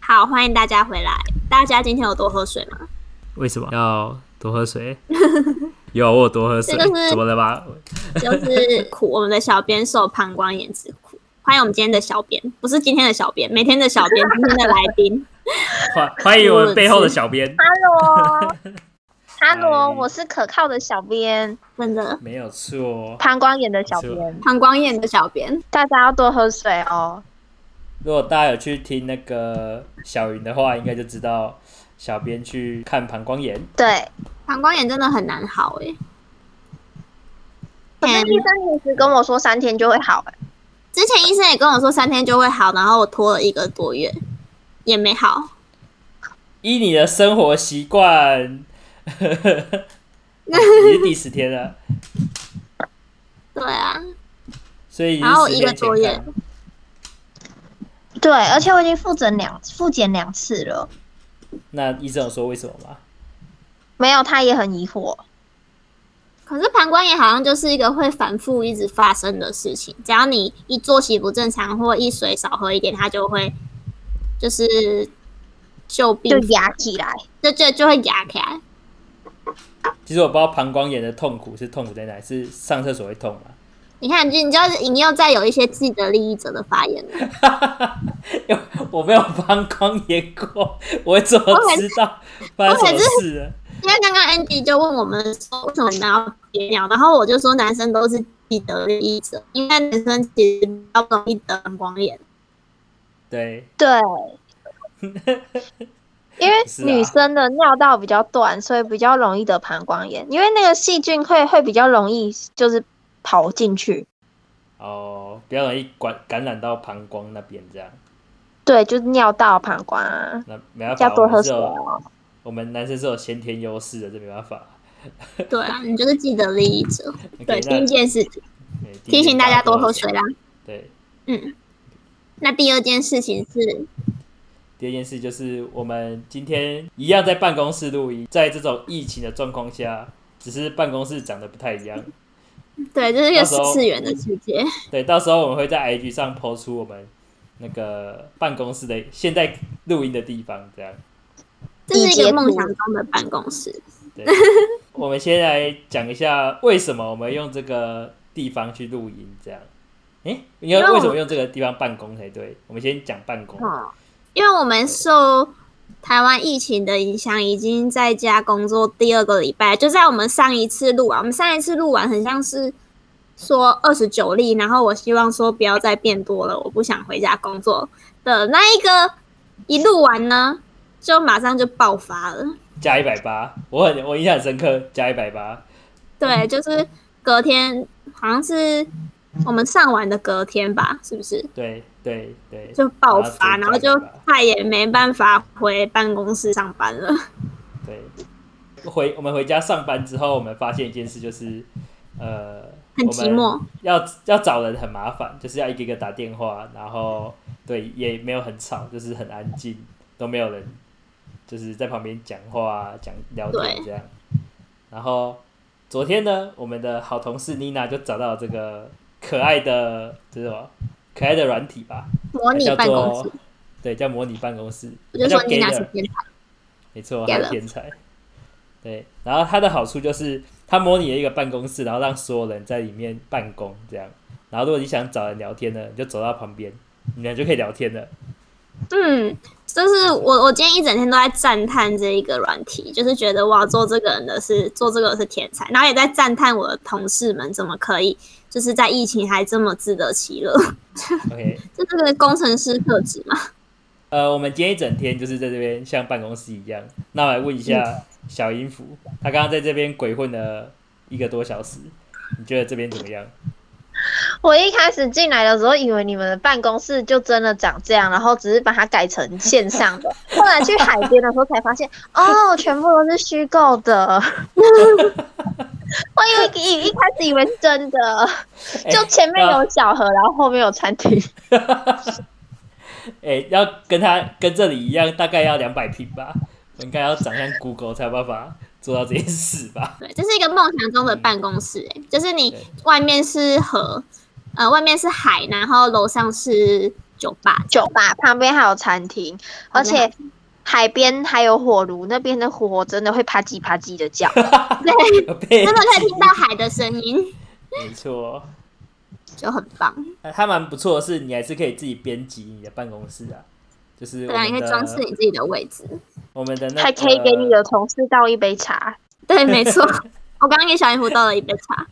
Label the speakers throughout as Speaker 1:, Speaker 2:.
Speaker 1: 好，欢迎大家回来。大家今天有多喝水吗？
Speaker 2: 为什么要多喝水？ 有我有多喝水
Speaker 1: 这就是，
Speaker 2: 怎么了吧？
Speaker 1: 就是苦，我们的小编受膀胱炎之苦。欢迎我们今天的小编，不是今天的小编，每天的小编，今天的来宾。
Speaker 2: 欢欢迎我们背后的小编，
Speaker 3: Hello，
Speaker 2: 嗨
Speaker 3: 我是可靠的小编，
Speaker 1: 真的，
Speaker 2: 没有错。
Speaker 3: 膀胱炎的小
Speaker 2: 是
Speaker 3: 编，
Speaker 1: 膀胱炎的小编，
Speaker 3: 大家要多喝水哦。
Speaker 2: 如果大家有去听那个小云的话，应该就知道小编去看膀胱炎。
Speaker 3: 对，
Speaker 1: 膀胱炎真的很难好哎、
Speaker 2: 嗯
Speaker 3: 可是医生其实跟我说三天就会好、欸，
Speaker 1: 之前医生也跟我说三天就会好，然后我拖了一个多月也没好。
Speaker 2: 依你的生活习 惯，你是第十天了，
Speaker 1: 对啊，
Speaker 2: 所以你
Speaker 1: 然后
Speaker 2: 是十
Speaker 1: 一个
Speaker 2: 天前
Speaker 1: 多月
Speaker 2: 看。
Speaker 3: 对，而且我已经复诊两复检两次了，
Speaker 2: 那医生有说为什么吗？
Speaker 3: 没有，他也很疑惑。
Speaker 1: 可是膀胱炎好像就是一个会反复一直发生的事情，只要你一作息不正常或一水少喝一点，它就会就是就
Speaker 2: 嗯
Speaker 1: 病
Speaker 3: 就，压起来，
Speaker 1: 就就就会压起来。
Speaker 2: 其实我不知道膀胱炎的痛苦是痛苦在哪，是上厕所会痛吗？
Speaker 1: 你看，你你就你又在有一些既得利益者的发言 了，
Speaker 2: 因为我 没有膀胱炎过，我怎么知 道发生什么事了？
Speaker 1: 因为刚刚 Andy 就问我们说为什么你们要憋尿，然后我就说男生都是既得利益者，因为男生其实比较容易得膀胱 炎。
Speaker 2: 对，
Speaker 3: 对，因为
Speaker 2: 是啊
Speaker 3: 女生的尿道比较短，所以比较容易得膀胱炎，因为那个细菌会会比较容易就是跑进去，
Speaker 2: 哦，比较容易感感染到膀胱那边这样。
Speaker 3: 对，就是尿道膀胱啊，
Speaker 2: 那没办法，
Speaker 3: 要多
Speaker 2: 我
Speaker 3: 喝
Speaker 2: 们是
Speaker 3: 水
Speaker 1: 啊
Speaker 2: 有
Speaker 3: 哦。
Speaker 2: 我们男生是有先天优势的，这没办法。
Speaker 1: 对啊，你就是既得利益 者。对，
Speaker 2: OK，
Speaker 1: 第
Speaker 2: 那
Speaker 1: 一件事情
Speaker 2: 对第
Speaker 1: 提
Speaker 2: 一
Speaker 1: 醒大家多
Speaker 2: 多
Speaker 1: 喝水啦。
Speaker 2: 对，
Speaker 1: 那第二件事情是
Speaker 2: 第二件事就是我们今天一样在办公室录音，在这种疫情的状况下，只是办公室长得不太一样。
Speaker 1: 对，这是一个
Speaker 2: 到时
Speaker 1: 四
Speaker 2: 候
Speaker 1: 次元的世界。
Speaker 2: 对，到时候我们会在 IG 上抛出我们那个办公室的现在录音的地方，这样。
Speaker 1: 这是一
Speaker 3: 理
Speaker 1: 个
Speaker 3: 解
Speaker 1: 梦想中的办公室。
Speaker 2: 对，我们先来讲一下为什么我们用这个地方去录音，这样。诶，你要
Speaker 1: 因为我
Speaker 2: 为什么用这个地方办公才对？我们先讲办公。
Speaker 1: 哦，因为我们受台湾疫情的影响，已经在家工作第二个礼拜，就在我们上一次录完，我们上一次录完很像是说二十九例，然后我希望说不要再变多了，我不想回家工作的那一个一录完呢，就马上就爆发了。
Speaker 2: 加一百八，我很我印象很深刻，加一百八。
Speaker 1: 对，就是隔天，好像是我们上完的隔天吧，是不是？
Speaker 2: 对对对，
Speaker 1: 就爆发，然
Speaker 2: 然
Speaker 1: 后
Speaker 2: 后
Speaker 1: 就
Speaker 2: 就
Speaker 1: 再也没办法回办公室上班了。
Speaker 2: 对。回我们回家上班之后，我们发现一件事，就是呃，
Speaker 1: 很寂寞。
Speaker 2: 要要找人很麻烦，就是要一个一个打电话，然后
Speaker 1: 嗯
Speaker 2: 对也没有很吵，就是很安静，都没有人，就是在旁边讲话、讲聊天
Speaker 1: 对
Speaker 2: 这样。然后昨天呢，我们的好同事妮娜就找到这个可爱的，这是什么？可爱的软体吧，
Speaker 1: 模拟
Speaker 2: 它叫
Speaker 1: 办公
Speaker 2: 做
Speaker 1: 室，
Speaker 2: 对，叫模拟办公室，
Speaker 1: 我就
Speaker 2: 它
Speaker 1: 说
Speaker 2: 叫
Speaker 1: 你俩
Speaker 2: Gainer
Speaker 1: 是变态，
Speaker 2: 没错，
Speaker 1: Get
Speaker 2: 他
Speaker 1: up
Speaker 2: 是天才。对，然后它的好处就是它模拟了一个办公室，然后让所有人在里面办公这样。然后如果你想找人聊天呢，你就走到旁边，你们就可以聊天 了。
Speaker 1: 嗯。就是我，我今天一整天都在赞叹这一个软体，就是觉得哇，做这个人的是做这个是天才，然后也在赞叹我的同事们怎么可以，就是在疫情还这么自得其乐，
Speaker 2: OK，
Speaker 1: 这这个工程师特质嘛。
Speaker 2: 呃，我们今天一整天就是在这边像办公室一样。那我来问一下小音符，他刚刚在这边鬼混了一个多小时，你觉得这边怎么 样？
Speaker 3: 我一开始进来的时候，以为你们的办公室就真的长这样，然后只是把它改成线上的。后来去海边的时候才发现，哦，全部都是虚构的。 我以为一一开始以为是真的，
Speaker 2: 哎
Speaker 3: 就前面
Speaker 2: 要
Speaker 3: 有小河，然后后面有餐厅。
Speaker 2: 哎、要跟他跟这里一样，大概要两百平吧，我应该要长像 Google 才有办法做到这件事吧。
Speaker 1: 对，这是一个梦想中的办公室、欸，就是你
Speaker 2: 嗯对
Speaker 1: 外面是河，呃，外面是海，然后楼上是酒吧。
Speaker 3: 酒吧旁边还有餐厅，而且
Speaker 2: 嗯
Speaker 3: 海边还有火炉，那边的火真的会啪叽啪叽的叫。
Speaker 1: 对，
Speaker 2: 有 被
Speaker 1: 真的可以听到海的声音，
Speaker 2: 没错，
Speaker 1: 就很棒。
Speaker 2: 呃它蛮不错的是，你还是可以自己编辑你的办公室啊，就是我
Speaker 1: 对啊，
Speaker 2: 们
Speaker 1: 你可以
Speaker 2: 的
Speaker 1: 装饰你自己的位置。
Speaker 2: 我们的那呃
Speaker 3: 还可以给你
Speaker 2: 个
Speaker 3: 的同事倒一杯茶，
Speaker 1: 对，没错。我刚刚给小姨夫倒了一杯茶，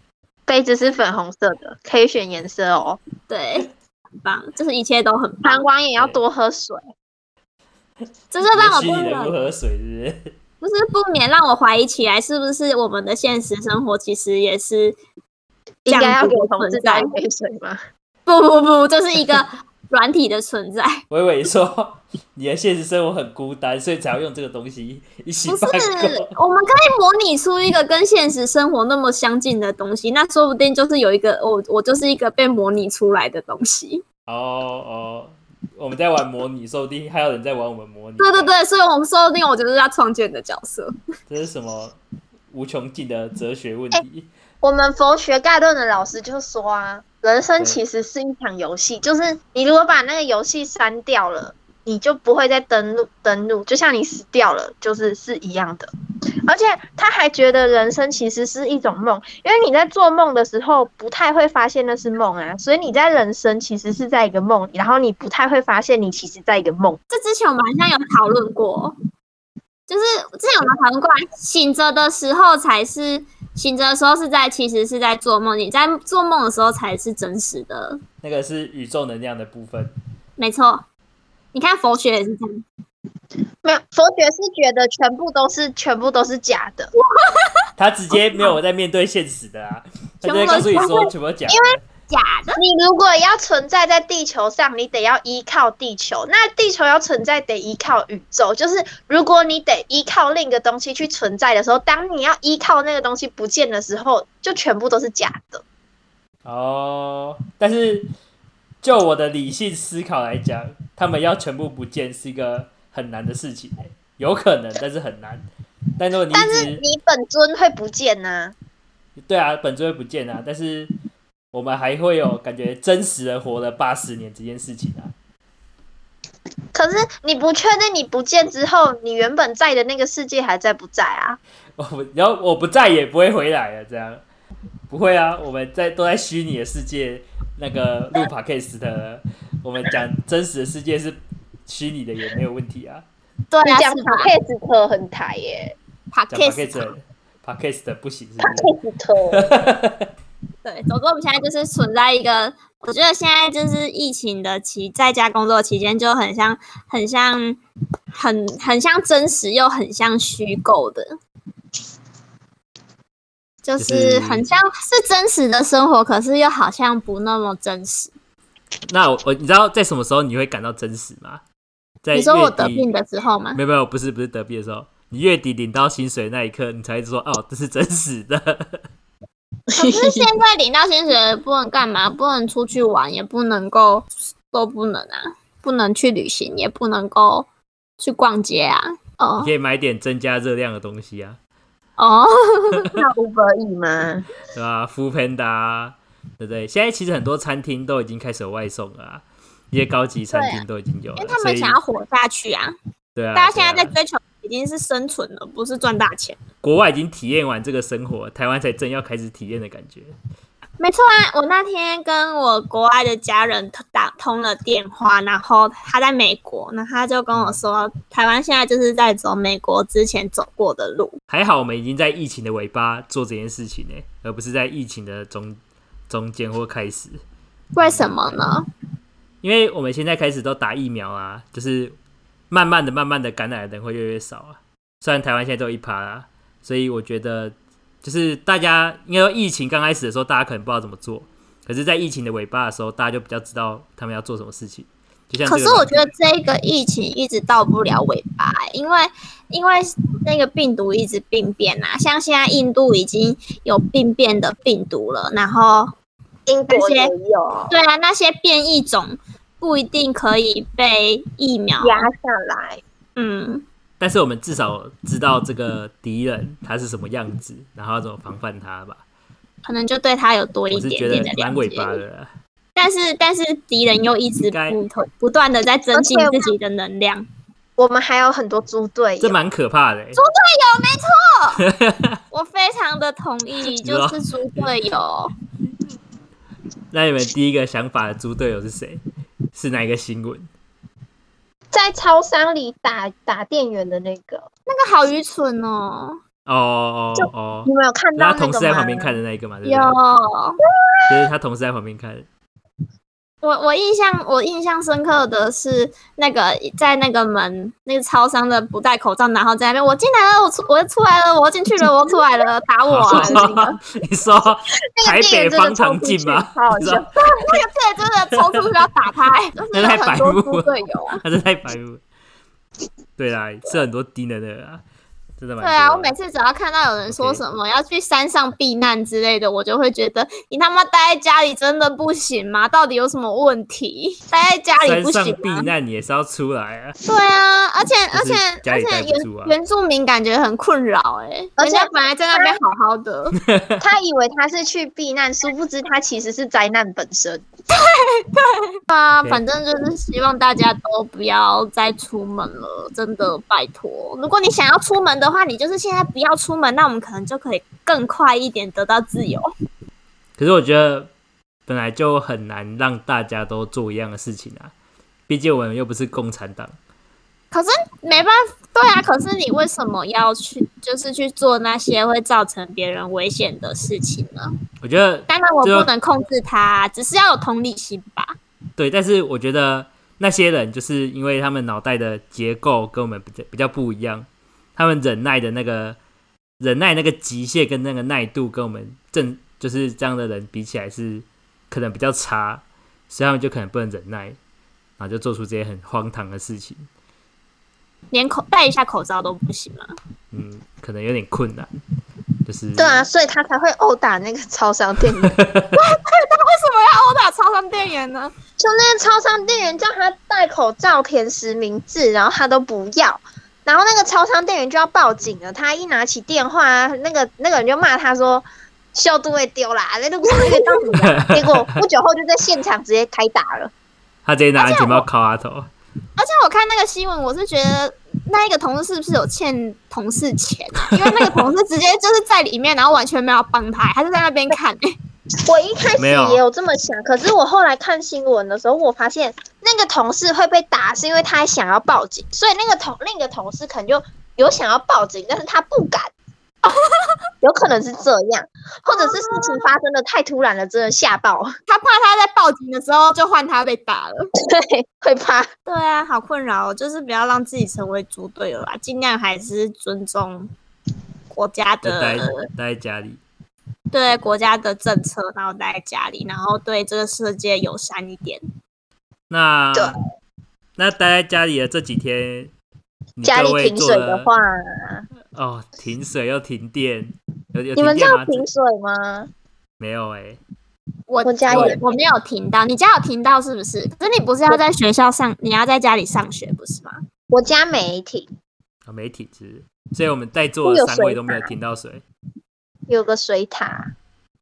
Speaker 3: 杯子是粉红色的，可以选颜色哦。
Speaker 1: 对，很棒，就是一切都很棒
Speaker 3: 膀。胱也要多喝水。
Speaker 1: 这就让我
Speaker 2: 允许你
Speaker 1: 不
Speaker 2: 的不
Speaker 1: 能，
Speaker 2: 喝水，是 不是？
Speaker 1: 不是不免让我怀疑起来，是不是我们的现实生活其实也是这
Speaker 3: 应
Speaker 1: 样
Speaker 3: 该要
Speaker 1: 子
Speaker 3: 给
Speaker 1: 的
Speaker 3: 同事
Speaker 1: 存
Speaker 3: 倒
Speaker 1: 在
Speaker 3: 一？杯水吗？
Speaker 1: 不不不，这是一个 软体的存在，
Speaker 2: 伟伟说你的现实生活很孤单，所以才要用这个东西 一起
Speaker 1: 不是
Speaker 2: 办公。
Speaker 1: 我们可以模拟出一个跟现实生活那么相近的东西，那说不定就是有一个我我就是一个被模拟出来的东西。
Speaker 2: 哦哦，我们在玩模拟，说不定还有人在玩我们模拟。
Speaker 1: 对对，对，所以我们说不定我就是要创建的角色。
Speaker 2: 这是什么无穷尽的哲学问题？
Speaker 3: 我们佛学概论的老师就说啊，人生其实是一场游戏，就是你如果把那个游戏删掉了，你就不会再登录登录，就像你死掉了，就是是一样的。而且他还觉得人生其实是一种梦，因为你在做梦的时候不太会发现那是梦啊，所以你在人生其实是在一个梦里，然后你不太会发现你其实在一个梦。
Speaker 1: 这之前我们好像有讨论过，就是之前我们讨论过啊，醒着的时候才是醒着的时候是在其实是在做梦，你在做梦的时候才是真实的，
Speaker 2: 那个是宇宙能量的部分。
Speaker 1: 没错。你看佛学也是这样，
Speaker 3: 没有，佛学是觉得全部都是全部都是假的，
Speaker 2: 他直接没有在面对现实的啊，他
Speaker 1: 哎全部
Speaker 2: 直接告诉你说
Speaker 1: 都
Speaker 2: 全部假的。
Speaker 1: 假的，
Speaker 3: 你如果要存在在地球上，你得要依靠地球。那地球要存在，得依靠宇宙。就是如果你得依靠另一个东西去存在的时候，当你要依靠那个东西不见的时候，就全部都是假的。
Speaker 2: 哦，但是就我的理性思考来讲，他们要全部不见是一个很难的事情、欸，有可能，但是很难。但如果你
Speaker 3: 但是
Speaker 2: 一直
Speaker 3: 你本尊会不见呐、
Speaker 2: 对啊，本尊会不见啊，但是我们还会有感觉真实的活了八十年这件事情啊。
Speaker 3: 可是你不确定你不见之后，你原本在的那个世界还在不在啊？
Speaker 2: 我不，然后我不在也不会回来了，这样不会啊，我们在都在虚拟的世界那个录 podcast 的，我们讲真实的世界是虚拟的也没有问题啊，
Speaker 1: 对
Speaker 3: 你
Speaker 1: 啊，
Speaker 3: 讲
Speaker 1: 是吧
Speaker 3: p o d c a 很台耶
Speaker 1: 帕
Speaker 2: 讲
Speaker 1: k i s
Speaker 2: podcast podcast 的不行是
Speaker 3: p
Speaker 2: 不
Speaker 3: o d c a
Speaker 1: 对，总之我们现在就是存在一个，我觉得现在就是疫情的期，在家工作期间就很像，很像，很很像真实又很像虚构的，就
Speaker 2: 就是
Speaker 1: 是很像是真实的生活，可是又好像不那么真实。
Speaker 2: 是？ 那我我你知道在什么时候你会感到真实吗？在
Speaker 1: 你说我
Speaker 2: 月
Speaker 1: 得
Speaker 2: 底
Speaker 1: 病的时候吗？
Speaker 2: 没有没有，不是不是得病的时候，你月底领到薪水那一刻，你才说哦，这是真实的。
Speaker 1: 可是现在领到薪水不能干嘛？不能出去玩，也不能够，都不能啊，不能去旅行，也不能够去逛街啊。哦
Speaker 2: 你可以买点增加热量的东西啊，
Speaker 1: 哦，
Speaker 3: 那五百亿吗？
Speaker 2: 对吧？Food Panda，对不对？现在其实很多餐厅都已经开始有外送了、啊，一些高级餐厅都已经有了，
Speaker 1: 因为他
Speaker 2: 所
Speaker 1: 们
Speaker 2: 以
Speaker 1: 想要活下去啊。
Speaker 2: 对啊，
Speaker 1: 大家现在在
Speaker 2: 对啊
Speaker 1: 追求已经是生存了，不是赚大钱。
Speaker 2: 国外已经体验完这个生活，台湾才正要开始体验的感觉。
Speaker 1: 没错啊，我那天跟我国外的家人打通了电话，然后他在美国，那他就跟我
Speaker 2: 嗯
Speaker 1: 说，台湾现在就是在走美国之前走过的路。
Speaker 2: 还好我们已经在疫情的尾巴做这件事情呢、而不是在疫情的中中间或开始。
Speaker 1: 为什么呢？
Speaker 2: 因为我们现在开始都打疫苗啊，就是慢慢的、慢慢的感染的人会越来越少啊。虽然台湾现在都有一趴啦，所以我觉得就是大家应该说疫情刚开始的时候，大家可能不知道怎么做，可是，在疫情的尾巴的时候，大家就比较知道他们要做什么事情。就像
Speaker 1: 可
Speaker 2: 这
Speaker 1: 是
Speaker 2: 个
Speaker 1: 我觉得这个疫情一直到不了尾巴、欸因为因为那个病毒一直病变啊，像现在印度已经有病变的病毒了，然后
Speaker 3: 英国也有
Speaker 1: 对啊，那些变异种不一定可以被疫苗。
Speaker 3: 压下来。
Speaker 1: 嗯，
Speaker 2: 但是我们至少知道这个敌人他是什么样子，然后要怎么防范他吧。
Speaker 1: 可能就对它有多一
Speaker 2: 我是
Speaker 1: 点
Speaker 2: 觉
Speaker 1: 点
Speaker 2: 得
Speaker 1: 的
Speaker 2: 蛮
Speaker 1: 了
Speaker 2: 尾巴
Speaker 1: 解。
Speaker 2: 的啦，
Speaker 1: 但是但是敌人又一直
Speaker 2: 该
Speaker 1: 不退不断的在增进
Speaker 3: 而且
Speaker 1: 自己的能量。
Speaker 3: 我们还有很多猪队
Speaker 2: 这
Speaker 3: 友，
Speaker 2: 蛮可怕的、欸。
Speaker 1: 我非常的同意，就是猪队友。
Speaker 2: 那你们第一个想法的猪队友是谁？是哪一个新闻？
Speaker 3: 在超商里打打店员的那个，
Speaker 1: 那个好愚蠢哦！
Speaker 2: 哦哦哦哦，
Speaker 3: 你们有看
Speaker 2: 那
Speaker 3: 到
Speaker 2: 他同
Speaker 3: 那
Speaker 2: 事
Speaker 3: 个
Speaker 2: 在
Speaker 3: 吗
Speaker 2: 旁？边看的那一个嘛，对不
Speaker 1: 有
Speaker 2: 对？就是他同事在旁边看。
Speaker 1: 我我印象我印象深刻的是那个在那个门那个超商的不戴口罩，然后在那边我进来了，我出我出来了，我进去了，我出来了，打我 啊！那个
Speaker 2: 你说
Speaker 3: 那
Speaker 2: 台
Speaker 3: 个店
Speaker 2: 北
Speaker 3: 员真的
Speaker 2: 方
Speaker 3: 冲
Speaker 2: 唐
Speaker 3: 出
Speaker 2: 镜
Speaker 3: 去，
Speaker 2: 吗？
Speaker 3: 好好
Speaker 2: 你知道
Speaker 3: 笑。
Speaker 1: 那个队真的冲出去要打他、欸，就是有很多猪队友啊。
Speaker 2: 他真的太白目了。对啦，是很多低能的人啊，真的蛮
Speaker 1: 对
Speaker 2: 多的。
Speaker 1: 啊，我每次只要看到有人说
Speaker 2: OK
Speaker 1: 什么要去山上避难之类的，我就会觉得你他妈待在家里真的不行吗？到底有什么问题？待在家里不
Speaker 2: 山上
Speaker 3: 啊
Speaker 1: 行
Speaker 2: 避
Speaker 1: 吗？
Speaker 2: 难也是要出来啊。
Speaker 1: 对啊，而且而
Speaker 2: 就
Speaker 1: 且
Speaker 2: 是家
Speaker 1: 而
Speaker 2: 里待
Speaker 1: 且
Speaker 2: 不住啊
Speaker 1: 原原住民感觉很困扰哎、欸，
Speaker 3: 而
Speaker 1: 人
Speaker 3: 且
Speaker 1: 家本来在那边好好的，
Speaker 3: 他以为他是去避难，殊不知他其实是灾难本身。
Speaker 2: 嗯
Speaker 1: 对啊，
Speaker 2: 对
Speaker 1: 反正就是希望大家都不要再出门了，真的拜托。如果你想要出门的话，你就是现在不要出门，那我们可能就可以更快一点得到自由。
Speaker 2: 可是我觉得本来就很难让大家都做一样的事情啊，毕竟我们又不是共产党。
Speaker 1: 可是没办法，对啊，可是你为什么要去，就是去做那些会造成别人危险的事情呢？
Speaker 2: 我觉得
Speaker 1: 当然我
Speaker 2: 就
Speaker 1: 不能控制他，只是要有同理心吧。
Speaker 2: 对，但是我觉得那些人就是因为他们脑袋的结构跟我们比较比较不一样，他们忍耐的那个忍耐那个极限跟那个耐度跟我们正就是这样的人比起来是可能比较差，所以他们就可能不能忍耐，然后就做出这些很荒唐的事情。
Speaker 1: 连口戴一下口罩都不行吗？
Speaker 2: 嗯，可能有点困难，就是
Speaker 3: 对啊，所以他才会殴打那个超商店 员。
Speaker 1: 为什么要殴打超商店员呢？
Speaker 3: 就那个超商店员叫他戴口罩填实名制，然后他都不要，然后那个超商店员就要报警了。他一拿起电话，啊那个那个人就骂他说：“校都会丢啦，那路上那个到你啦。”结果不久后就在现场直接开打了。
Speaker 2: 他直接拿安全帽敲他头，
Speaker 1: 而且我看那个新闻，我是觉得那一个同事是不是有欠同事钱啊？ 因为那个同事直接就是在里面，然后完全没有帮他，他就在那边看、 欸。
Speaker 3: 我一开始
Speaker 2: 没有
Speaker 3: 也有这么想，可是我后来看新闻的时候，我发现那个同事会被打是因为他想要报警，所以那个同另一个同事可能就有想要报警，但是他不 敢，有可能是这样，或者是事情发生的太突然了，真的吓爆，
Speaker 1: 他怕他在报警的时候就换他被打了。
Speaker 3: 对，会怕。
Speaker 1: 对啊，好困扰哦，就是不要让自己成为猪队友啦，尽量还是尊重国家
Speaker 2: 就待
Speaker 3: 呃
Speaker 1: 的
Speaker 2: 待在家里。
Speaker 1: 对国家的政策，然后待在家里，然后对这个世界友善一点。
Speaker 2: 那
Speaker 3: 对
Speaker 2: 那待在家里的这几天，你
Speaker 3: 家里
Speaker 2: 各位
Speaker 3: 停
Speaker 2: 做
Speaker 3: 水
Speaker 2: 了
Speaker 3: 的话，
Speaker 2: 哦，停水又停电，有有
Speaker 3: 你
Speaker 2: 停
Speaker 3: 们
Speaker 2: 电
Speaker 3: 家
Speaker 2: 吗
Speaker 3: 有？停水吗？
Speaker 2: 没有哎、
Speaker 1: 我
Speaker 3: 我家
Speaker 1: 我
Speaker 3: 也
Speaker 1: 我没有听到，你家有听到是不是？可是你不是要在学校上，你要在家里上学不是吗？
Speaker 3: 我家没停，
Speaker 2: 哦没体质，所以我们在座的三位都没有停到水。
Speaker 3: 有个水塔。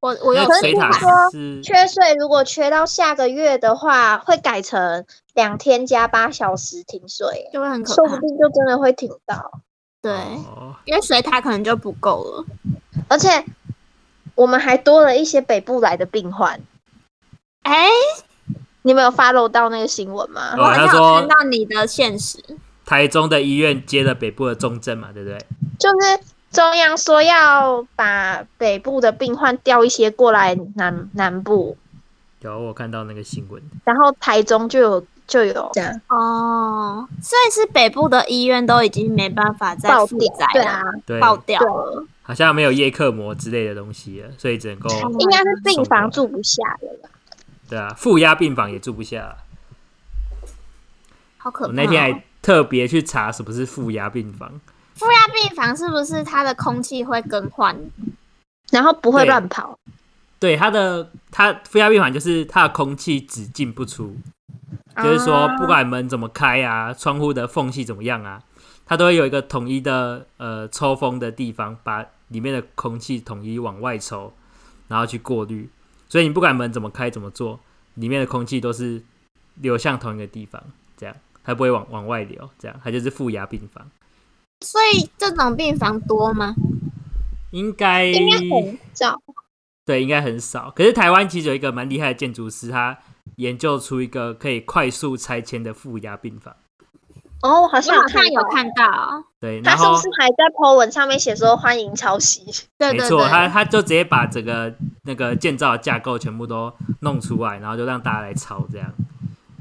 Speaker 1: 我我有
Speaker 2: 那水
Speaker 1: 听到，
Speaker 2: 塔是
Speaker 3: 缺税如果缺到下个月的话，会改成两天加八小时停水，
Speaker 1: 就会很可
Speaker 3: 说不
Speaker 1: 怕。
Speaker 3: 定就真的会停到。
Speaker 1: 对，
Speaker 2: 哦，
Speaker 1: 因为水塔可能就不够了。
Speaker 3: 而且我们还多了一些北部来的病患，
Speaker 1: 哎、
Speaker 3: 你们有 follow 到那个新闻吗？
Speaker 1: 我好像
Speaker 2: 啊他
Speaker 1: 有
Speaker 2: 说
Speaker 1: 看到你的现实。
Speaker 2: 台中的医院接了北部的重症嘛，对不对？
Speaker 3: 就是中央说要把北部的病患调一些过来南南部，
Speaker 2: 有我看到那个新闻，
Speaker 3: 然后台中就有就有这样
Speaker 1: 哦，所以是北部的医院都已经没办法再
Speaker 3: 爆
Speaker 1: 负
Speaker 3: 掉
Speaker 1: 载，
Speaker 3: 对
Speaker 1: 了，
Speaker 3: 啊，
Speaker 2: 对，
Speaker 1: 爆掉
Speaker 3: 对啊
Speaker 1: 了。
Speaker 2: 好像没有叶克膜之类的东西了，所以只能够
Speaker 1: 哦
Speaker 3: 应该是病
Speaker 2: 送过来
Speaker 3: 房住不下了啦。
Speaker 2: 对啊，负压病房也住不下了。
Speaker 1: 好可
Speaker 2: 我
Speaker 1: 怕、哦！
Speaker 2: 那天还特别去查什么是负压病房，
Speaker 1: 负压病房是不是它的空气会更换？
Speaker 3: 然后不会
Speaker 2: 对
Speaker 3: 乱跑，
Speaker 2: 对它的它负压病房就是它的空气只进不出，就是说
Speaker 1: 啊
Speaker 2: 不管门怎么开啊，窗户的缝隙怎么样啊，它都会有一个统一的呃抽风的地方，把里面的空气统一往外抽，然后去过滤。所以你不管门怎么开怎么做，里面的空气都是流向同一个地方，这样它不会往往外流，这样它就是负压病房。
Speaker 1: 所以这种病房多吗？
Speaker 2: 应该
Speaker 3: 应该很早。
Speaker 2: 对，应该很少。可是台湾其实有一个蛮厉害的建筑师，他研究出一个可以快速拆迁的负压病房。
Speaker 3: 哦，我好
Speaker 1: 我
Speaker 3: 像
Speaker 1: 好
Speaker 3: 看
Speaker 1: 像有
Speaker 3: 到，
Speaker 1: 看到，
Speaker 2: 对，然
Speaker 3: 他是
Speaker 2: 后
Speaker 3: 不是还在 po 文上面写说欢迎抄袭？
Speaker 1: 对
Speaker 2: 没
Speaker 1: 对
Speaker 2: 错，他
Speaker 1: 对，
Speaker 2: 他就直接把整个那个建造的架构全部都弄出来，然后就让大家来抄，这样。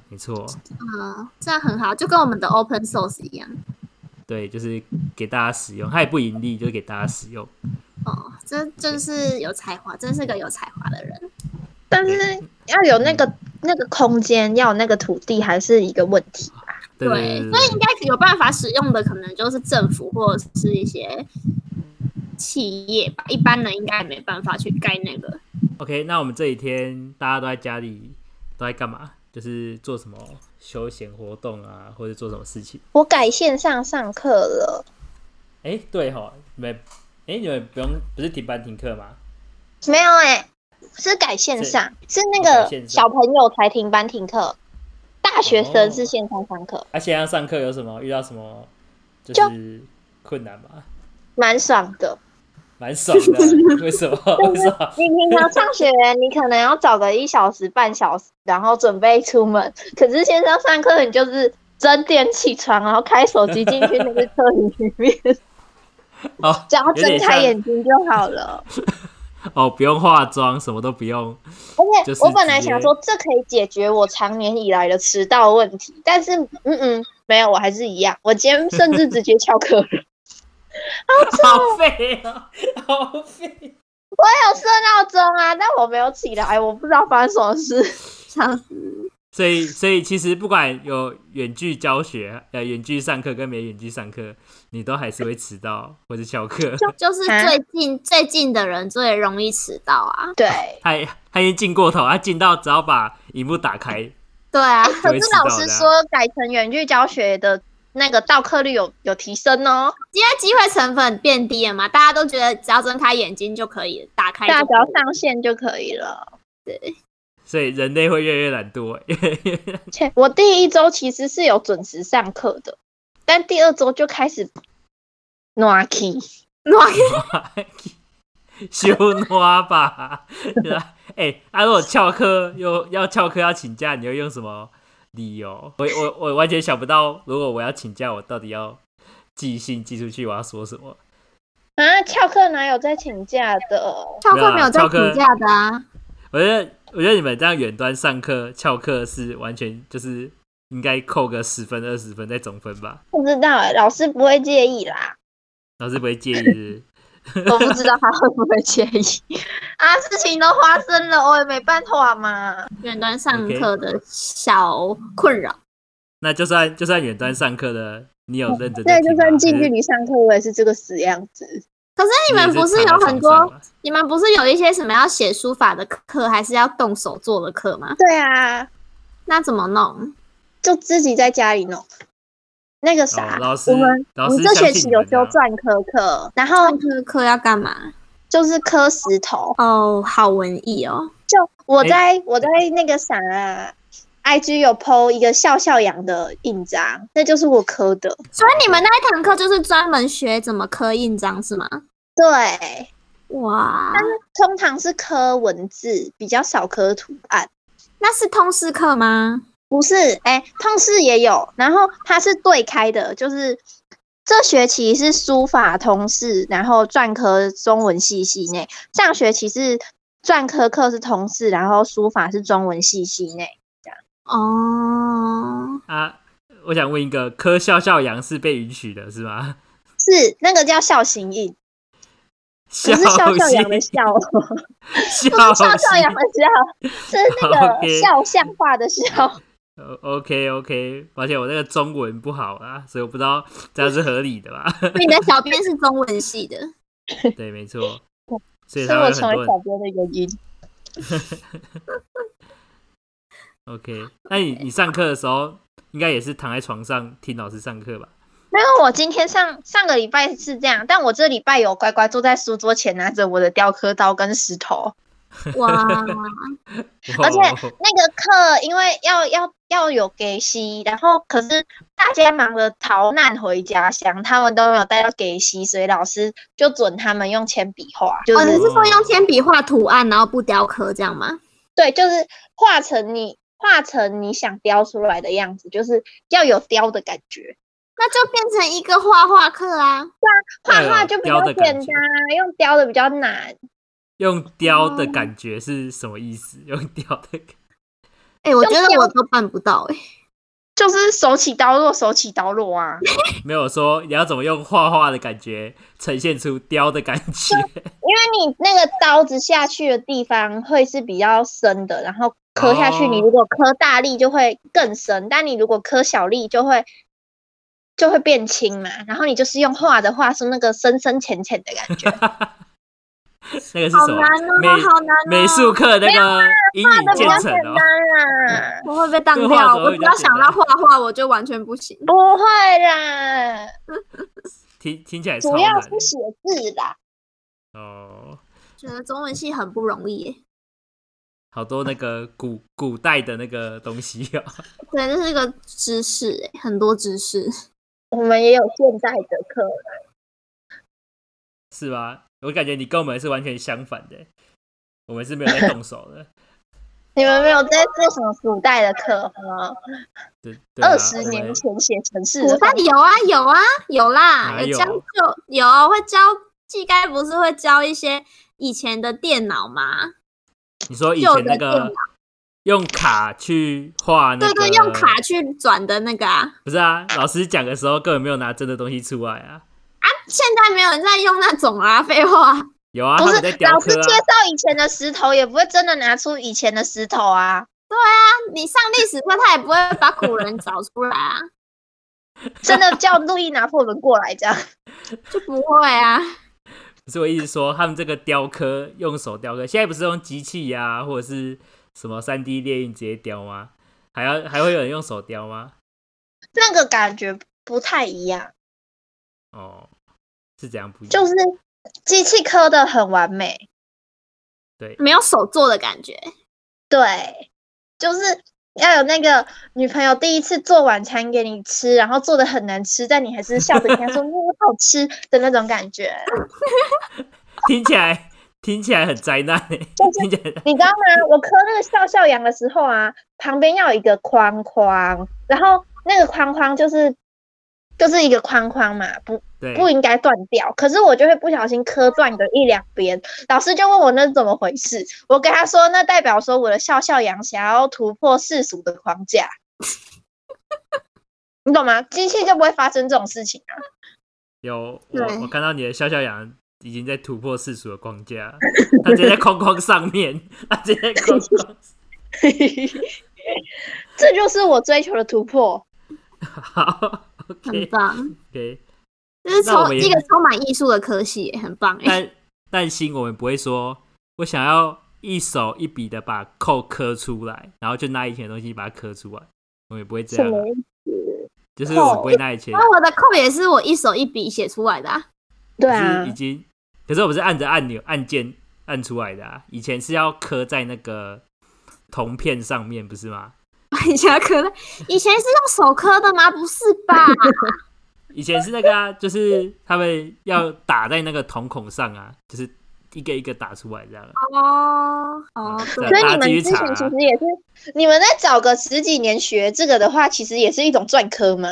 Speaker 2: 没错，
Speaker 1: 嗯，这样很好，就跟我们的 open source 一样。
Speaker 2: 对，就是给大家使用，它也不盈利，就是给大家使用。
Speaker 1: 哦，这真是有才华，真是个有才华的人。
Speaker 3: 但是要有那个那个空间，要有那个土地，还是一个问题。
Speaker 2: 对对对对
Speaker 1: 所以
Speaker 2: 对
Speaker 1: 应该有办法使用的，可能就是政府或者是一些企业吧。一般人应该也没办法去盖那个。
Speaker 2: OK，那我们这几天大家都在家里都在干嘛？就是做什么休闲活动啊，或者做什么事情？
Speaker 3: 我改线上上课了，
Speaker 2: 哎、对哈，你们哎、你们不用不是停班停课吗？
Speaker 3: 没有哎、是改线上，是那
Speaker 2: 改线
Speaker 3: 个
Speaker 2: 上
Speaker 3: 小朋友才停班停课，大学
Speaker 2: 哦
Speaker 3: 生是线上上课，
Speaker 2: 啊，线上上课有什么遇到什么就是困难吗？
Speaker 3: 蛮爽的。
Speaker 2: 蛮爽的，为 什么？为什么？
Speaker 3: 你平常上学，你可能要找个一小时、半小时，然后准备出门。可是线上上课，你就是整点起床，然后开手机进去 那个课里面，
Speaker 2: 哦，
Speaker 3: 只要
Speaker 2: 有点
Speaker 3: 睁开
Speaker 2: 像
Speaker 3: 眼睛就好了。
Speaker 2: 哦，不用化妆，什么都不用。
Speaker 3: 而且
Speaker 2: 就是
Speaker 3: 我本来
Speaker 2: 直接
Speaker 3: 想说，这可以解决我常年以来的迟到问题，但是嗯嗯，没有，我还是一样。我今天甚至直接翘课了，
Speaker 2: 好废啊，好废！
Speaker 3: 我有设闹钟啊，但我没有起来，我不知道发生什么事。
Speaker 1: 像
Speaker 2: 所以，所以其实不管有远距教学、呃远距上课跟没远距上课，你都还是会迟到或者翘 课。
Speaker 1: 就是最近、最近的人最容易迟到啊。
Speaker 3: 对，
Speaker 2: 他他已经进过头，他进到只要把荧幕打开，
Speaker 1: 对啊，
Speaker 2: 就
Speaker 3: 可
Speaker 2: 会
Speaker 3: 是
Speaker 2: 迟到
Speaker 3: 老
Speaker 2: 的啊
Speaker 3: 师说改成远距教学的那个到课率有有提升哦，
Speaker 1: 因为机会成本变低了嘛，大家都觉得只要睁开眼睛就可以打开就可
Speaker 3: 大家
Speaker 1: 以。
Speaker 3: 只要上线就可以了。
Speaker 2: 所以人类会越来越懒惰。
Speaker 3: 切我第一周其实是有准时上课的，但第二周就开始暖气。
Speaker 2: 修诺吧，对吧？哎、啊，如果翘课又要翘课要请假，你会用什么理由？我我我完全想不到，如果我要请假，我到底要寄信寄出去，我要说什么？
Speaker 3: 啊，翘课哪有在请假的？
Speaker 1: 翘课
Speaker 2: 没
Speaker 1: 没
Speaker 2: 有啊
Speaker 1: 有在
Speaker 2: 翘课
Speaker 1: 请假的 啊，
Speaker 2: 我觉得我觉得你们这样远端上课翘课是完全就是应该扣个十分二十分再总分吧，
Speaker 3: 不知道、欸，老师不会介意啦。
Speaker 2: 老师不会介意是不是
Speaker 3: 我不知道他会不会介意 啊，事情都发生了，我也没办法嘛。
Speaker 1: 远端上
Speaker 2: OK
Speaker 1: 课的小困扰。
Speaker 2: 那就算就算远端上课的，你有认真的
Speaker 3: 对，就算近距
Speaker 2: 离，
Speaker 3: 离上课，我也是这个死样子。
Speaker 1: 可是你们不是
Speaker 2: 也
Speaker 1: 有
Speaker 2: 躺在
Speaker 1: 很
Speaker 2: 床上
Speaker 1: 多，
Speaker 2: 吗
Speaker 1: 你们不是有一些什么要写书法的课，还是要动手做的课吗？
Speaker 3: 对啊，
Speaker 1: 那怎么弄？
Speaker 3: 就自己在家里弄。那个啥，
Speaker 2: 哦老师
Speaker 3: 我们
Speaker 2: 老
Speaker 3: 我
Speaker 2: 师
Speaker 3: 们哎这
Speaker 2: 相
Speaker 3: 学
Speaker 2: 信
Speaker 3: 期
Speaker 2: 你
Speaker 3: 有
Speaker 2: 们
Speaker 3: 修
Speaker 2: 啊
Speaker 3: 篆刻课，然后
Speaker 1: 上课课要干嘛？
Speaker 3: 就是刻石头。
Speaker 1: 哦，好文艺哦。
Speaker 3: 就我
Speaker 2: 哎
Speaker 3: 在、我在那个啥、IG 有 PO 一个笑笑羊的印章，那就是我刻的。
Speaker 1: 所以你们那一堂课就是专门学怎么刻印章是吗？
Speaker 3: 对，
Speaker 1: 哇，
Speaker 2: 嗯
Speaker 3: 通常是刻文字，比较少刻图案。
Speaker 1: 那是通识课吗？
Speaker 3: 不是，哎、通识也有，然后它是对开的，就是这学期是书法通识，然后篆刻中文系系内，上学期是篆刻课是通识，然后书法是中文系系内。
Speaker 1: 哦，
Speaker 2: 啊，我想问一个，科笑笑羊是被允许的是吗？
Speaker 3: 是那个叫笑形印，
Speaker 2: 笑
Speaker 3: 不是笑笑羊的
Speaker 2: 形
Speaker 3: 笑，
Speaker 2: 笑
Speaker 3: 不是笑笑羊
Speaker 2: 形
Speaker 3: 的笑，是那
Speaker 2: OK
Speaker 3: 个肖像画的 肖。
Speaker 2: 呃 OK OK，而且我那个中文不好啊，所以我不知道这样是合理的吧？
Speaker 1: 你的小编是中文系的，
Speaker 2: 对，没错，所以
Speaker 3: 是
Speaker 2: 他会
Speaker 3: 我
Speaker 2: 有
Speaker 3: 成
Speaker 2: 很多
Speaker 3: 为小
Speaker 2: 人
Speaker 3: 编的原因。
Speaker 2: OK。那你你上课的时候，应该也是躺在床上听老师上课吧？
Speaker 3: 没有，我今天上上个礼拜是这样，但我这礼拜有乖乖坐在书桌前，拿着我的雕刻刀跟石头。
Speaker 1: 哇，哦
Speaker 3: 而且
Speaker 2: 哦
Speaker 3: 那个课因为要要要有给息，然后可是大家忙着逃难回家乡，他们都没有带到给息，所以老师就准他们用铅笔画，就
Speaker 1: 哦，你
Speaker 3: 是、
Speaker 1: 是说用铅笔画图案，然后不雕刻这样吗？
Speaker 3: 对，就是画成你画成你想雕出来的样子，就是要有雕的感觉。
Speaker 1: 那就变成一个画画课啊。
Speaker 3: 画
Speaker 2: 对啊
Speaker 3: 画就比
Speaker 2: 雕
Speaker 3: 较
Speaker 2: 的
Speaker 3: 简
Speaker 2: 感
Speaker 3: 单
Speaker 2: 觉
Speaker 3: 啊，用雕的比较难。
Speaker 2: 用雕的感觉是什么意思？用雕的感
Speaker 1: 哎、我
Speaker 3: 用
Speaker 1: 觉得
Speaker 3: 雕
Speaker 1: 我都办不到哎、
Speaker 3: 就是手起刀落，手起刀落啊！
Speaker 2: 没有说你要怎么用画画的感觉呈现出雕的感觉？
Speaker 3: 因为你那个刀子下去的地方会是比较深的，然后磕下去，
Speaker 2: 哦
Speaker 3: 你如果磕大力就会更深，但你如果磕小力就会就会变轻嘛。然后你就是用画的画出那个深深浅浅的感觉，
Speaker 2: 那个是
Speaker 1: 好
Speaker 2: 什么？
Speaker 1: 难
Speaker 2: 美
Speaker 1: 哦，好难哦，
Speaker 2: 美术课那个阴
Speaker 3: 啊画
Speaker 2: 影
Speaker 3: 的比较
Speaker 2: 渐层
Speaker 3: 简
Speaker 2: 哦。
Speaker 3: 单啦，
Speaker 1: 我会被当
Speaker 2: 对画
Speaker 1: 掉。
Speaker 2: 怎
Speaker 1: 我
Speaker 2: 么会
Speaker 1: 只
Speaker 2: 比较
Speaker 1: 要
Speaker 2: 简
Speaker 1: 想到
Speaker 2: 单
Speaker 1: 画画，我就完全不行。
Speaker 3: 不会啦，
Speaker 2: 听听起来超
Speaker 3: 主要
Speaker 2: 难
Speaker 3: 是写字啦。
Speaker 2: 哦，
Speaker 1: 觉得中文系很不容易、耶。
Speaker 2: 好多那个古 古代的那个东西哦。
Speaker 1: 对，这是个知识、耶，很多知识。
Speaker 3: 我们也有现代的课，
Speaker 2: 是吧？我感觉你跟我们是完全相反的，欸我们是没有在动手的。
Speaker 3: 你们没有在做什么古代的课吗？
Speaker 2: 对，对啊
Speaker 3: 二十、
Speaker 2: 我
Speaker 3: 年
Speaker 2: 们
Speaker 3: 前写城市
Speaker 1: 古
Speaker 3: 的
Speaker 1: 代
Speaker 3: 方
Speaker 1: 有啊有啊有啦，
Speaker 2: 哪
Speaker 1: 有
Speaker 2: 有
Speaker 1: 将就有会教，技该不是会教一些以前的电脑吗？
Speaker 2: 你说以
Speaker 1: 旧
Speaker 2: 前
Speaker 1: 的
Speaker 2: 那
Speaker 1: 电
Speaker 2: 个
Speaker 1: 脑
Speaker 2: 用卡去画那
Speaker 1: 对
Speaker 2: 个，
Speaker 1: 对，用卡去转的那个啊，
Speaker 2: 不是啊？老师讲的时候根本没有拿真的东西出来啊。
Speaker 1: 现在没有人在用那种啊，废话。
Speaker 2: 有啊，
Speaker 3: 不
Speaker 2: 他
Speaker 3: 是
Speaker 2: 们在雕
Speaker 3: 老师
Speaker 2: 刻
Speaker 3: 介
Speaker 2: 啊。
Speaker 3: 绍以前的石头，也不会真的拿出以前的石头啊。
Speaker 1: 你上历史课，他也不会把古人找出来啊，
Speaker 3: 真的叫路易拿破仑过来这样，
Speaker 1: 就不会啊。
Speaker 2: 可是我一直说，他们这个雕刻用手雕刻，现在不是用机器呀、啊，或者是什么三 D 列印直接雕吗？还要还会有人用手雕吗？
Speaker 3: 那个感觉不太一样。
Speaker 2: 哦，是这样不一样。
Speaker 3: 就是机器刻的很完美，
Speaker 2: 对，
Speaker 1: 没有手做的感觉。
Speaker 3: 对，就是要有那个女朋友第一次做晚餐给你吃，然后做的很难吃，但你还是笑着跟她说“嗯，好吃”的那种感觉，
Speaker 2: 听起来听起来很灾难欸， 听起来
Speaker 3: 你知道吗？我刻那个笑笑羊的时候啊，旁边要有一个框框，然后那个框框就是就是一个框框嘛，不
Speaker 2: 对
Speaker 3: 不应该断掉，可是我就会不小心磕断个一两边。老师就问我那是怎么回事，我跟他说那代表说我的笑笑羊想要突破世俗的 框架，你懂吗？机器就不会发生这种事 情啊。
Speaker 2: 有
Speaker 1: 对
Speaker 2: 我我看到你的笑笑羊已经在突破世俗的框架，它直接在框框上面，它直接在框框。
Speaker 3: 这就是我追求的突破。
Speaker 2: 好
Speaker 1: 很
Speaker 2: ，OK
Speaker 1: 棒，
Speaker 2: OK，
Speaker 1: 就是
Speaker 2: 那我
Speaker 1: 充
Speaker 2: 们也
Speaker 1: 一个充满艺术的科系耶，很棒哎。
Speaker 2: 但但心我们不会说，我想要一手一笔的把扣刻出来，然后就拿以前的东西把它刻出来，我们也不会这
Speaker 3: 什
Speaker 2: 样啊，
Speaker 3: 么意啊思？
Speaker 2: 就是我们不会拿以前，
Speaker 1: 那我的扣也是我一手一笔写出来的、啊，
Speaker 3: 对
Speaker 2: 可
Speaker 3: 啊
Speaker 2: 是已，经，可是我们是按着按钮按键按出来的啊，以前是要刻在那个铜片上面，不是吗？
Speaker 1: 以前刻的，以前是用手刻的吗？不是吧？
Speaker 2: 以前是那个啊，就是他们要打在那个瞳孔上啊，就是一个一个打出来这样啊。
Speaker 1: 哦哦，对
Speaker 3: 所以
Speaker 2: 大
Speaker 3: 你
Speaker 2: 家
Speaker 3: 们
Speaker 2: 继续
Speaker 3: 之前
Speaker 2: 查啊
Speaker 3: 其实也是，你们在找个十几年学这个的话，其实也是一种篆刻
Speaker 2: 啊
Speaker 3: 嘛。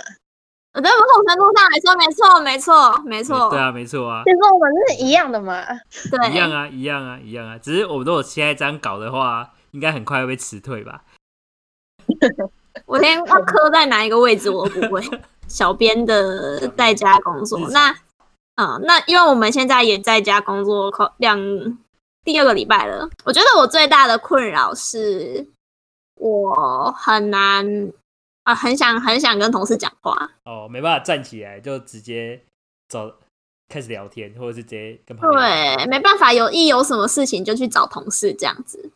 Speaker 1: 我在某种程度上来说，没错，没错，没错，
Speaker 2: 对啊，没错啊
Speaker 3: 其，实我们是一样的嘛。
Speaker 1: 对
Speaker 2: 一样啊，一样啊，一样啊。只是我们如果现在这样搞的话，应该很快会被辞退吧？
Speaker 1: 我连要刻在哪一个位置我都不 会。小编的在家工作
Speaker 2: 日，常
Speaker 1: 那嗯，那因为我们现在也在家工作快两第二个礼拜了，我觉得我最大的困扰是，我很难啊、很想很想跟同事讲话。
Speaker 2: 哦，没办法站起来，就直接找开始聊天，或者是直接跟朋友
Speaker 1: 对，没办法，有一有什么事情就去找同事这样子。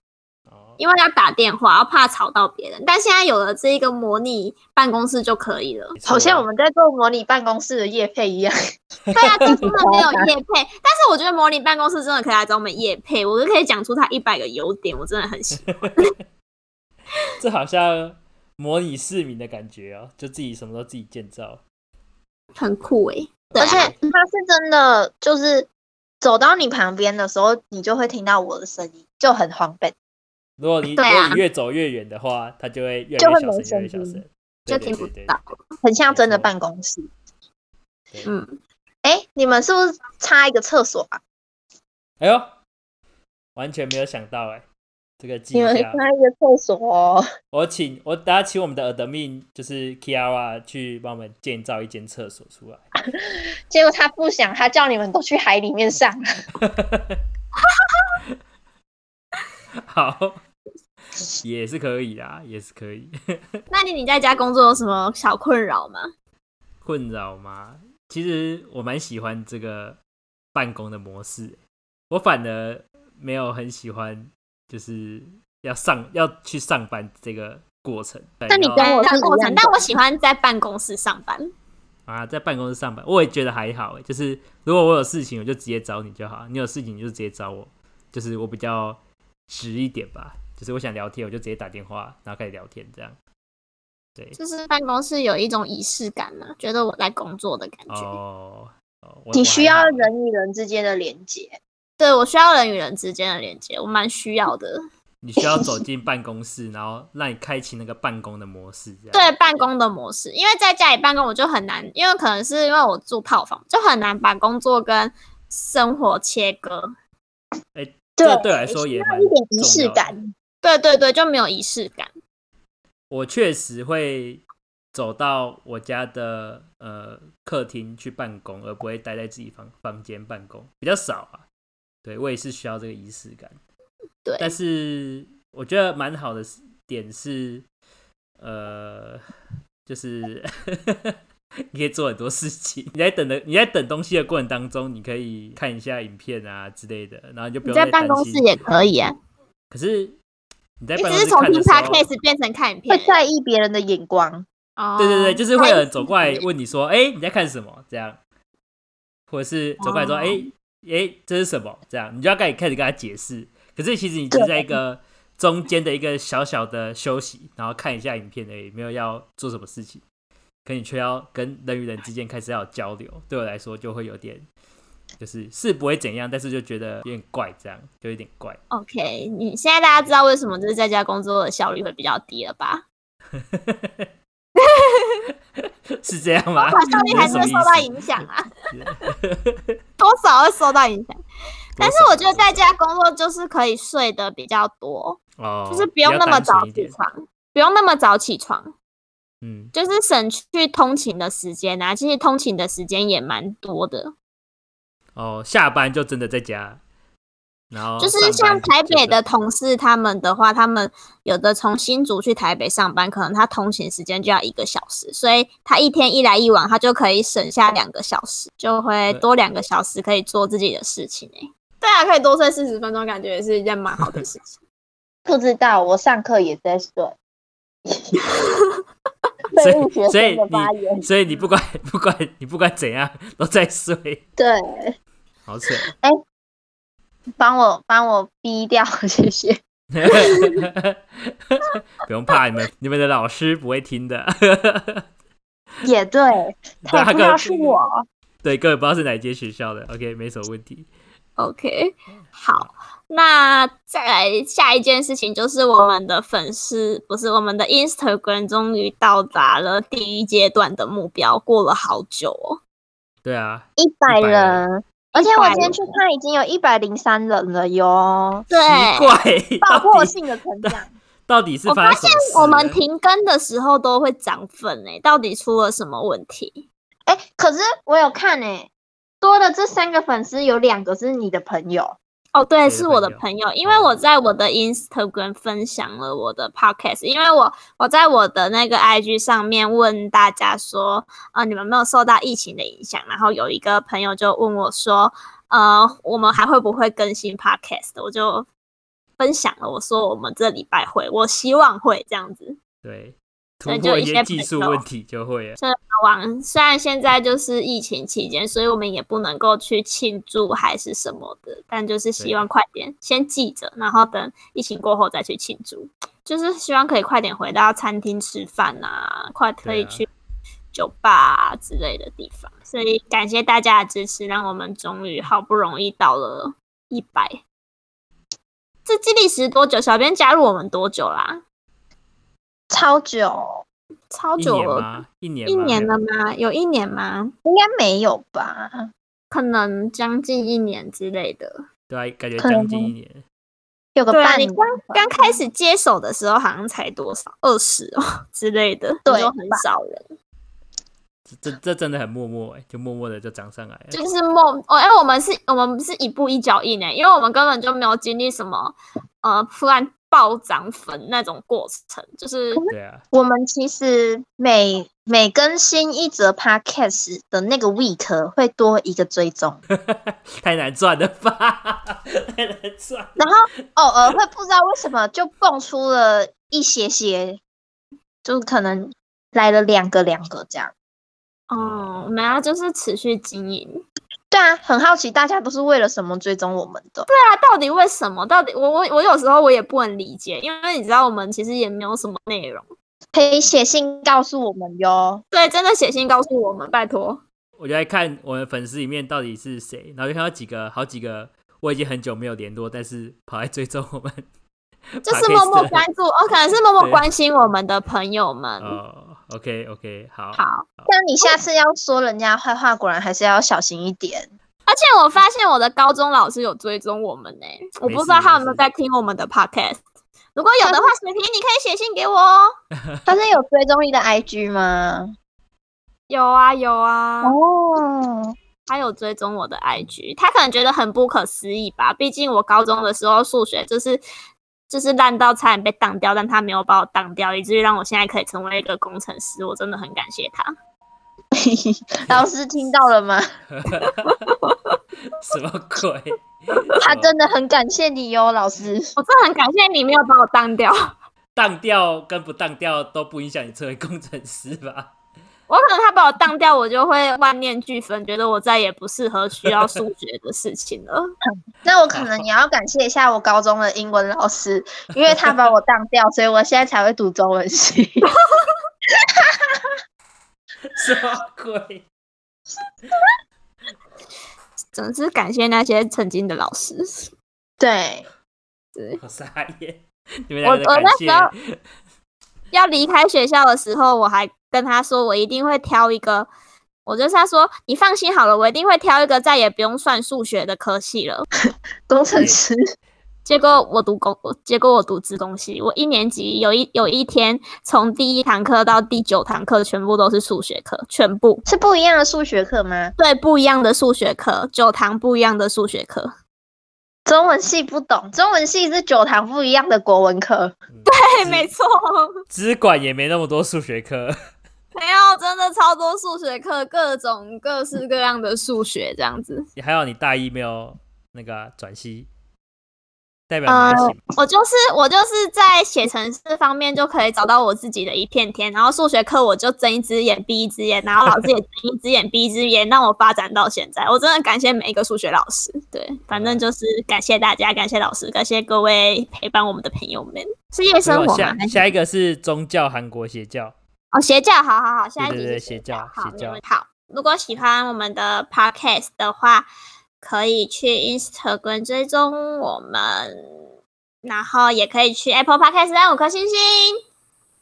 Speaker 2: 哦，
Speaker 1: 因为要打电话，要怕吵到别人。但现在有了这一个模拟办公室就可 以了。
Speaker 3: 好
Speaker 2: 啊
Speaker 3: 像我们在做模拟办公室的业配一样。
Speaker 1: 对啊，这真的没有业配，但是我觉得模拟办公室真的可以来找我们业配，我就可以讲出它一百个优点，我真的很喜欢。
Speaker 2: 这好像模拟市民的感觉哦，就自己什么都自己建造。
Speaker 1: 很酷诶、对
Speaker 3: 而
Speaker 1: 啊
Speaker 3: 且他是真的，就是走到你旁边的时候，你就会听到我的声音，就很荒诞。
Speaker 2: 如果你、
Speaker 1: 对啊
Speaker 2: 如果你越走越远的话，它就会越
Speaker 3: 就
Speaker 2: 来越
Speaker 3: 会
Speaker 2: 小声，越
Speaker 3: 没
Speaker 2: 来越小
Speaker 3: 声音
Speaker 2: 声，
Speaker 1: 就
Speaker 2: 对对
Speaker 1: 听不
Speaker 2: 对对
Speaker 1: 到。
Speaker 3: 很像真的办公室。
Speaker 2: 对
Speaker 1: 嗯，
Speaker 3: 哎，你们是不是差一个厕所啊？
Speaker 2: 哎呦，完全没有想到哎、这个记
Speaker 3: 你们
Speaker 2: 一下。
Speaker 3: 差一个厕所哦。
Speaker 2: 我请我等下请我们的 admin 就是 Kiara 去帮我们建造一间厕所出来。
Speaker 3: 结果他不想，他叫你们都去海里面上。
Speaker 2: 好，也是可以啦，也是可以。
Speaker 1: 那你你在家工作有什么小困扰吗？
Speaker 2: 困扰吗？其实我蛮喜欢这个办公的模式欸，我反而没有很喜欢，就是要上要去上班这个过程。 对
Speaker 3: 那你
Speaker 2: 然后
Speaker 3: 跟我是
Speaker 1: 但
Speaker 3: 一
Speaker 1: 哎过程，
Speaker 3: 样的
Speaker 1: 但我喜欢在办公室上班。
Speaker 2: 啊，在办公室上班，我也觉得还好欸，就是如果我有事情，我就直接找你就好；你有事情你就直接找我，就是我比较直一点吧。就是我想聊天，我就直接打电话，然后开始聊天这样。对，
Speaker 1: 就是办公室有一种仪式感嘛，觉得我在工作的感觉。
Speaker 2: 哦，哦我
Speaker 3: 你
Speaker 2: 我
Speaker 3: 需
Speaker 2: 还
Speaker 3: 要
Speaker 2: 好
Speaker 3: 人与人之间的连接，
Speaker 1: 对我需要人与人之间的连接，我蛮需要的。
Speaker 2: 你需要走进办公室，然后让你开启那个办公的模式，这样
Speaker 1: 对办公的模式，因为在家里办公我就很难，因为可能是因为我住套房，就很难把工作跟生活切割。
Speaker 2: 这对我来说也蛮
Speaker 3: 一点仪
Speaker 2: 重
Speaker 3: 式
Speaker 2: 要的
Speaker 3: 感。
Speaker 1: 对对对，就没有仪式感。
Speaker 2: 我确实会走到我家的呃客厅去办公，而不会待在自己房房间办公，比较少啊。对我也是需要这个仪式感，
Speaker 1: 对，
Speaker 2: 但是我觉得蛮好的是点是，呃，就是 你可以做很多事情。你在等的你在等东西的过程当中，你可以看一下影片啊之类的，然后你就不
Speaker 1: 你
Speaker 2: 用
Speaker 1: 在
Speaker 2: 再
Speaker 1: 办
Speaker 2: 担
Speaker 1: 公室
Speaker 2: 心。
Speaker 1: 也可以啊，
Speaker 2: 可是你在
Speaker 1: 你
Speaker 2: 办
Speaker 1: 只
Speaker 2: 公
Speaker 1: 是
Speaker 2: 室
Speaker 1: 从
Speaker 2: 看
Speaker 1: 听
Speaker 2: 的时候，
Speaker 1: podcast 变成看影
Speaker 3: 会
Speaker 1: 片。
Speaker 3: 在意别人的眼光，
Speaker 1: 哦，
Speaker 2: 对对对，就是会有人走过来
Speaker 1: 在意
Speaker 2: 问你说：“哎、你在看什么？”这样，或者是走过来说：“
Speaker 1: 哦
Speaker 2: 哎、哎、这是什么？”这样，你就要开始开始跟他解释。可是其实你只是在一个中间的一个小小的休息，然后看一下影片而已，没有要做什么事情。可你却要跟人与人之间开始要有交流，对我来说就会有点，就是是不会怎样，但是就觉得有点怪，这样就有点怪。
Speaker 1: OK，你现在大家知道为什么就是在家工作的效率会比较低了吧？
Speaker 2: 是这样 吗？
Speaker 1: 工作效率还是会
Speaker 2: 你
Speaker 1: 受
Speaker 2: 什么
Speaker 1: 到
Speaker 2: 意思
Speaker 1: 影响 啊，多少会受到影响。但是我觉得在家工作就是可以睡得比较多，
Speaker 2: 哦，
Speaker 1: 就是不用那么早
Speaker 2: 比较单纯一
Speaker 1: 起
Speaker 2: 点。
Speaker 1: 床，不用那么早起床，
Speaker 2: 嗯，
Speaker 1: 就是省去通勤的时间啊。其实通勤的时间也蛮多的，
Speaker 2: 哦，下班就真的在家，然后
Speaker 1: 就是
Speaker 2: 哦上
Speaker 1: 像
Speaker 2: 班
Speaker 1: 台北的
Speaker 2: 就
Speaker 1: 同事他们的话，他们有的从新竹去台北上班，可能他通勤时间就要一个小时，所以他一天一来一往，他就可以省下两个小时，就会
Speaker 2: 对
Speaker 1: 多两个小时可以做自己的事情、欸、对啊，可以多睡四十分钟，感觉也是一件蛮好的事情。
Speaker 3: 不知道我上课也 在睡。
Speaker 2: 所以
Speaker 3: 被误学
Speaker 2: 所以
Speaker 3: 生的发言
Speaker 2: 的，，所以你不管 不管你不管怎样都在睡，
Speaker 3: 对，
Speaker 2: 好扯。
Speaker 3: 帮我帮我逼掉，谢谢。
Speaker 2: 不用怕，你们你们的老师不会 听的。
Speaker 3: 也对，
Speaker 2: 对
Speaker 3: 他也不知道是我。
Speaker 2: 对，根本不知道是哪间学校的。OK，没什么问题。
Speaker 1: OK，好，
Speaker 2: 嗯
Speaker 1: 那再来下一件事情就是我们的粉丝，不是我们的 Instagram 终于到达了第一阶段的目标，过了好久哦。
Speaker 2: 对啊，
Speaker 3: 一百
Speaker 2: 100
Speaker 3: 人，而且我今
Speaker 1: 100人
Speaker 3: 天去看，已经有一百零三人了 哟，
Speaker 1: 对，
Speaker 2: 奇怪，
Speaker 3: 爆
Speaker 2: 到
Speaker 3: 破
Speaker 2: 底
Speaker 3: 性的成长。
Speaker 2: 到底是
Speaker 1: 我
Speaker 2: 发
Speaker 1: 发
Speaker 2: 生
Speaker 1: 现
Speaker 2: 什么事
Speaker 1: 我们
Speaker 2: 了
Speaker 1: 停更的时候都会涨粉诶、到底出了什么问题？
Speaker 3: 哎，可是我有看诶，多的这三个粉丝有两个是你的朋友，
Speaker 1: 哦，
Speaker 2: 谁
Speaker 1: 对，
Speaker 2: 的
Speaker 1: 是我的
Speaker 2: 朋友哦
Speaker 1: 朋友，因为我在我的 Instagram 分享了我的 podcast，因为我我在我的那个 IG 上面问大家说，呃，你们有没有受到疫情的影响？然后有一个朋友就问我说，呃，我们还会不会更新 podcast？我就分享了，我说我们这礼拜会，我希望会这样子。
Speaker 2: 对，
Speaker 1: 所
Speaker 2: 突
Speaker 1: 以就
Speaker 2: 破
Speaker 1: 一
Speaker 2: 一
Speaker 1: 些
Speaker 2: 些技
Speaker 1: 朋
Speaker 2: 术
Speaker 1: 友
Speaker 2: 问题就会了。
Speaker 1: 往虽然现在就是疫情期间，所以我们也不能够去庆祝还是什么的，但就是希望快点先记着，然后等疫情过后再去庆祝。就是希望可以快点回到餐厅吃饭啊，快可以
Speaker 2: 对啊
Speaker 1: 去酒吧、啊、之类的地方。所以感谢大家的支持，让我们终于好不容易到了一百。这基历时多久？小编加入我们多久啦？
Speaker 3: 超久，
Speaker 1: 超
Speaker 2: 一
Speaker 1: 久
Speaker 2: 年
Speaker 1: 了，
Speaker 2: 吗？一年
Speaker 1: 一
Speaker 2: 吗？
Speaker 1: 年了吗？有一年吗？
Speaker 3: 应该没有吧？
Speaker 1: 可能将近一年之类的。
Speaker 2: 对啊，感觉
Speaker 3: 可
Speaker 2: 将近
Speaker 3: 能
Speaker 2: 一年。
Speaker 3: 有个
Speaker 1: 对啊，
Speaker 3: 半
Speaker 1: 你
Speaker 3: 年
Speaker 1: 刚
Speaker 3: 吧
Speaker 1: 刚开始接手的时候好像才多少，二十哦之类的，
Speaker 3: 对
Speaker 1: 就很
Speaker 3: 吧
Speaker 1: 少人，
Speaker 2: 这这这真的很默默哎、就默默的就涨上来了。
Speaker 1: 就是梦哦。哎、我们是，我们是一步一脚印哎，因为我们根本就没有经历什么呃突然暴涨粉那种过程，就是
Speaker 2: 对啊，
Speaker 3: 我们其实每每更新一则 podcast 的那个 week 会多一个追踪，
Speaker 2: 太难赚了吧？太难赚了。
Speaker 3: 然后偶尔会不知道为什么就蹦出了一些些，就可能来了两个两个这样。
Speaker 1: 嗯，我们要就是持续经营。
Speaker 3: 对啊，很好奇大家都是为了什么追踪我们的？
Speaker 1: 那到底为什么？到底我我我有时候我也不能理解，因为你知道我们其实也没有什么内容。
Speaker 3: 可以写信告诉我们哟。
Speaker 1: 对，真的写信告诉我们，拜托。
Speaker 2: 我就在看我们粉丝里面到底是谁，然后就看到几个好几个，我已经很久没有联络，但是跑来追踪我们 podcast 的。
Speaker 1: 就是默默关注，哦，可能是默默
Speaker 2: 对
Speaker 1: 关心我们的朋友们。
Speaker 2: 哦，OK，OK，、好。
Speaker 1: 好，
Speaker 3: 像你下次要说人家坏话，果然还是要小心一点。
Speaker 1: 而且我发现我的高中老师有追踪我们呢、我不知道他有没有在听我们的 podcast。如果有的话，水瓶你可以写信给我哦。
Speaker 3: 他是有追踪你的 IG 吗？
Speaker 1: 有啊有啊，
Speaker 3: 哦，
Speaker 1: 他有追踪我的 IG，他可能觉得很不可思议吧。毕竟我高中的时候数学就是就是烂到差点被挡掉，但他没有把我挡掉，以至于让我现在可以成为一个工程师。我真的很感谢他。
Speaker 3: 老师听到了吗？
Speaker 2: 什么鬼？
Speaker 3: 他真的很感谢你哟，老师。
Speaker 1: 我真的很感谢你没有把我当掉。
Speaker 2: 当掉跟不当掉都不影响你成为工程师吧？
Speaker 1: 我可能他把我当掉，我就会万念俱焚，觉得我再也不适合需要数学的事情了。
Speaker 3: 那我可能也要感谢一下我高中的英文老师，因为他把我当掉，所以我现在才会读中文系。
Speaker 2: 什么鬼？
Speaker 1: 总之，感谢那些曾经的老师。
Speaker 3: 对，
Speaker 1: 对，
Speaker 2: 我傻眼！你们
Speaker 1: 我
Speaker 2: 两个
Speaker 1: 我
Speaker 2: 感
Speaker 1: 那
Speaker 2: 谢
Speaker 1: 时候要离开学校的时候，我还跟他说，我一定会挑一个。我就是他说，你放心好了，我一定会挑一个再也不用算数学的科系了。
Speaker 3: 工程师
Speaker 1: 结果我读工，结果我读资工系，我一年级有一有一天，从第一堂课到第九堂课，全部都是数学课，全部。
Speaker 3: 是不一样的数学课吗？
Speaker 1: 对不一样的数学课，九堂不一样的数学课。
Speaker 3: 中文系不懂，中文系是九堂不一样的国文课。
Speaker 1: 对，
Speaker 2: 是
Speaker 1: 没错，
Speaker 2: 嗯资管也没那么多数学课，
Speaker 1: 没有，真的超多数学课，各种各式各样的数学这样子。
Speaker 2: 还好你大一没有那个啊转系，代表
Speaker 1: 呃
Speaker 2: 你还行。
Speaker 1: 我就是我就是在写程式方面就可以找到我自己的一片天，然后数学课我就睁一只眼闭一只眼，然后老师也睁一只眼闭一只眼，让我发展到现在。我真的感谢每一个数学老师，对，反正就是感谢大家，感谢老师，感谢各位陪伴我们的朋友们。是夜生
Speaker 2: 没有
Speaker 1: 活吗
Speaker 2: 下？
Speaker 1: 还是
Speaker 2: 下一个是宗教，韩国邪教。
Speaker 1: 哦，邪教，好好好，下一
Speaker 2: 对
Speaker 1: 集是
Speaker 2: 对对邪教
Speaker 1: 好，
Speaker 2: 邪
Speaker 1: 没
Speaker 2: 教
Speaker 1: 问题好。如果喜欢我们的 podcast 的话，可以去 Instagram 追踪我们，然后也可以去 Apple Podcast 按五颗星星。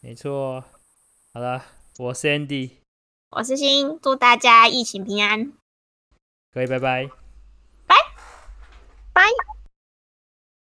Speaker 2: 没错，哦好了，我是 Andy，
Speaker 1: 我是星，祝大家疫情平安。
Speaker 2: 各位拜拜。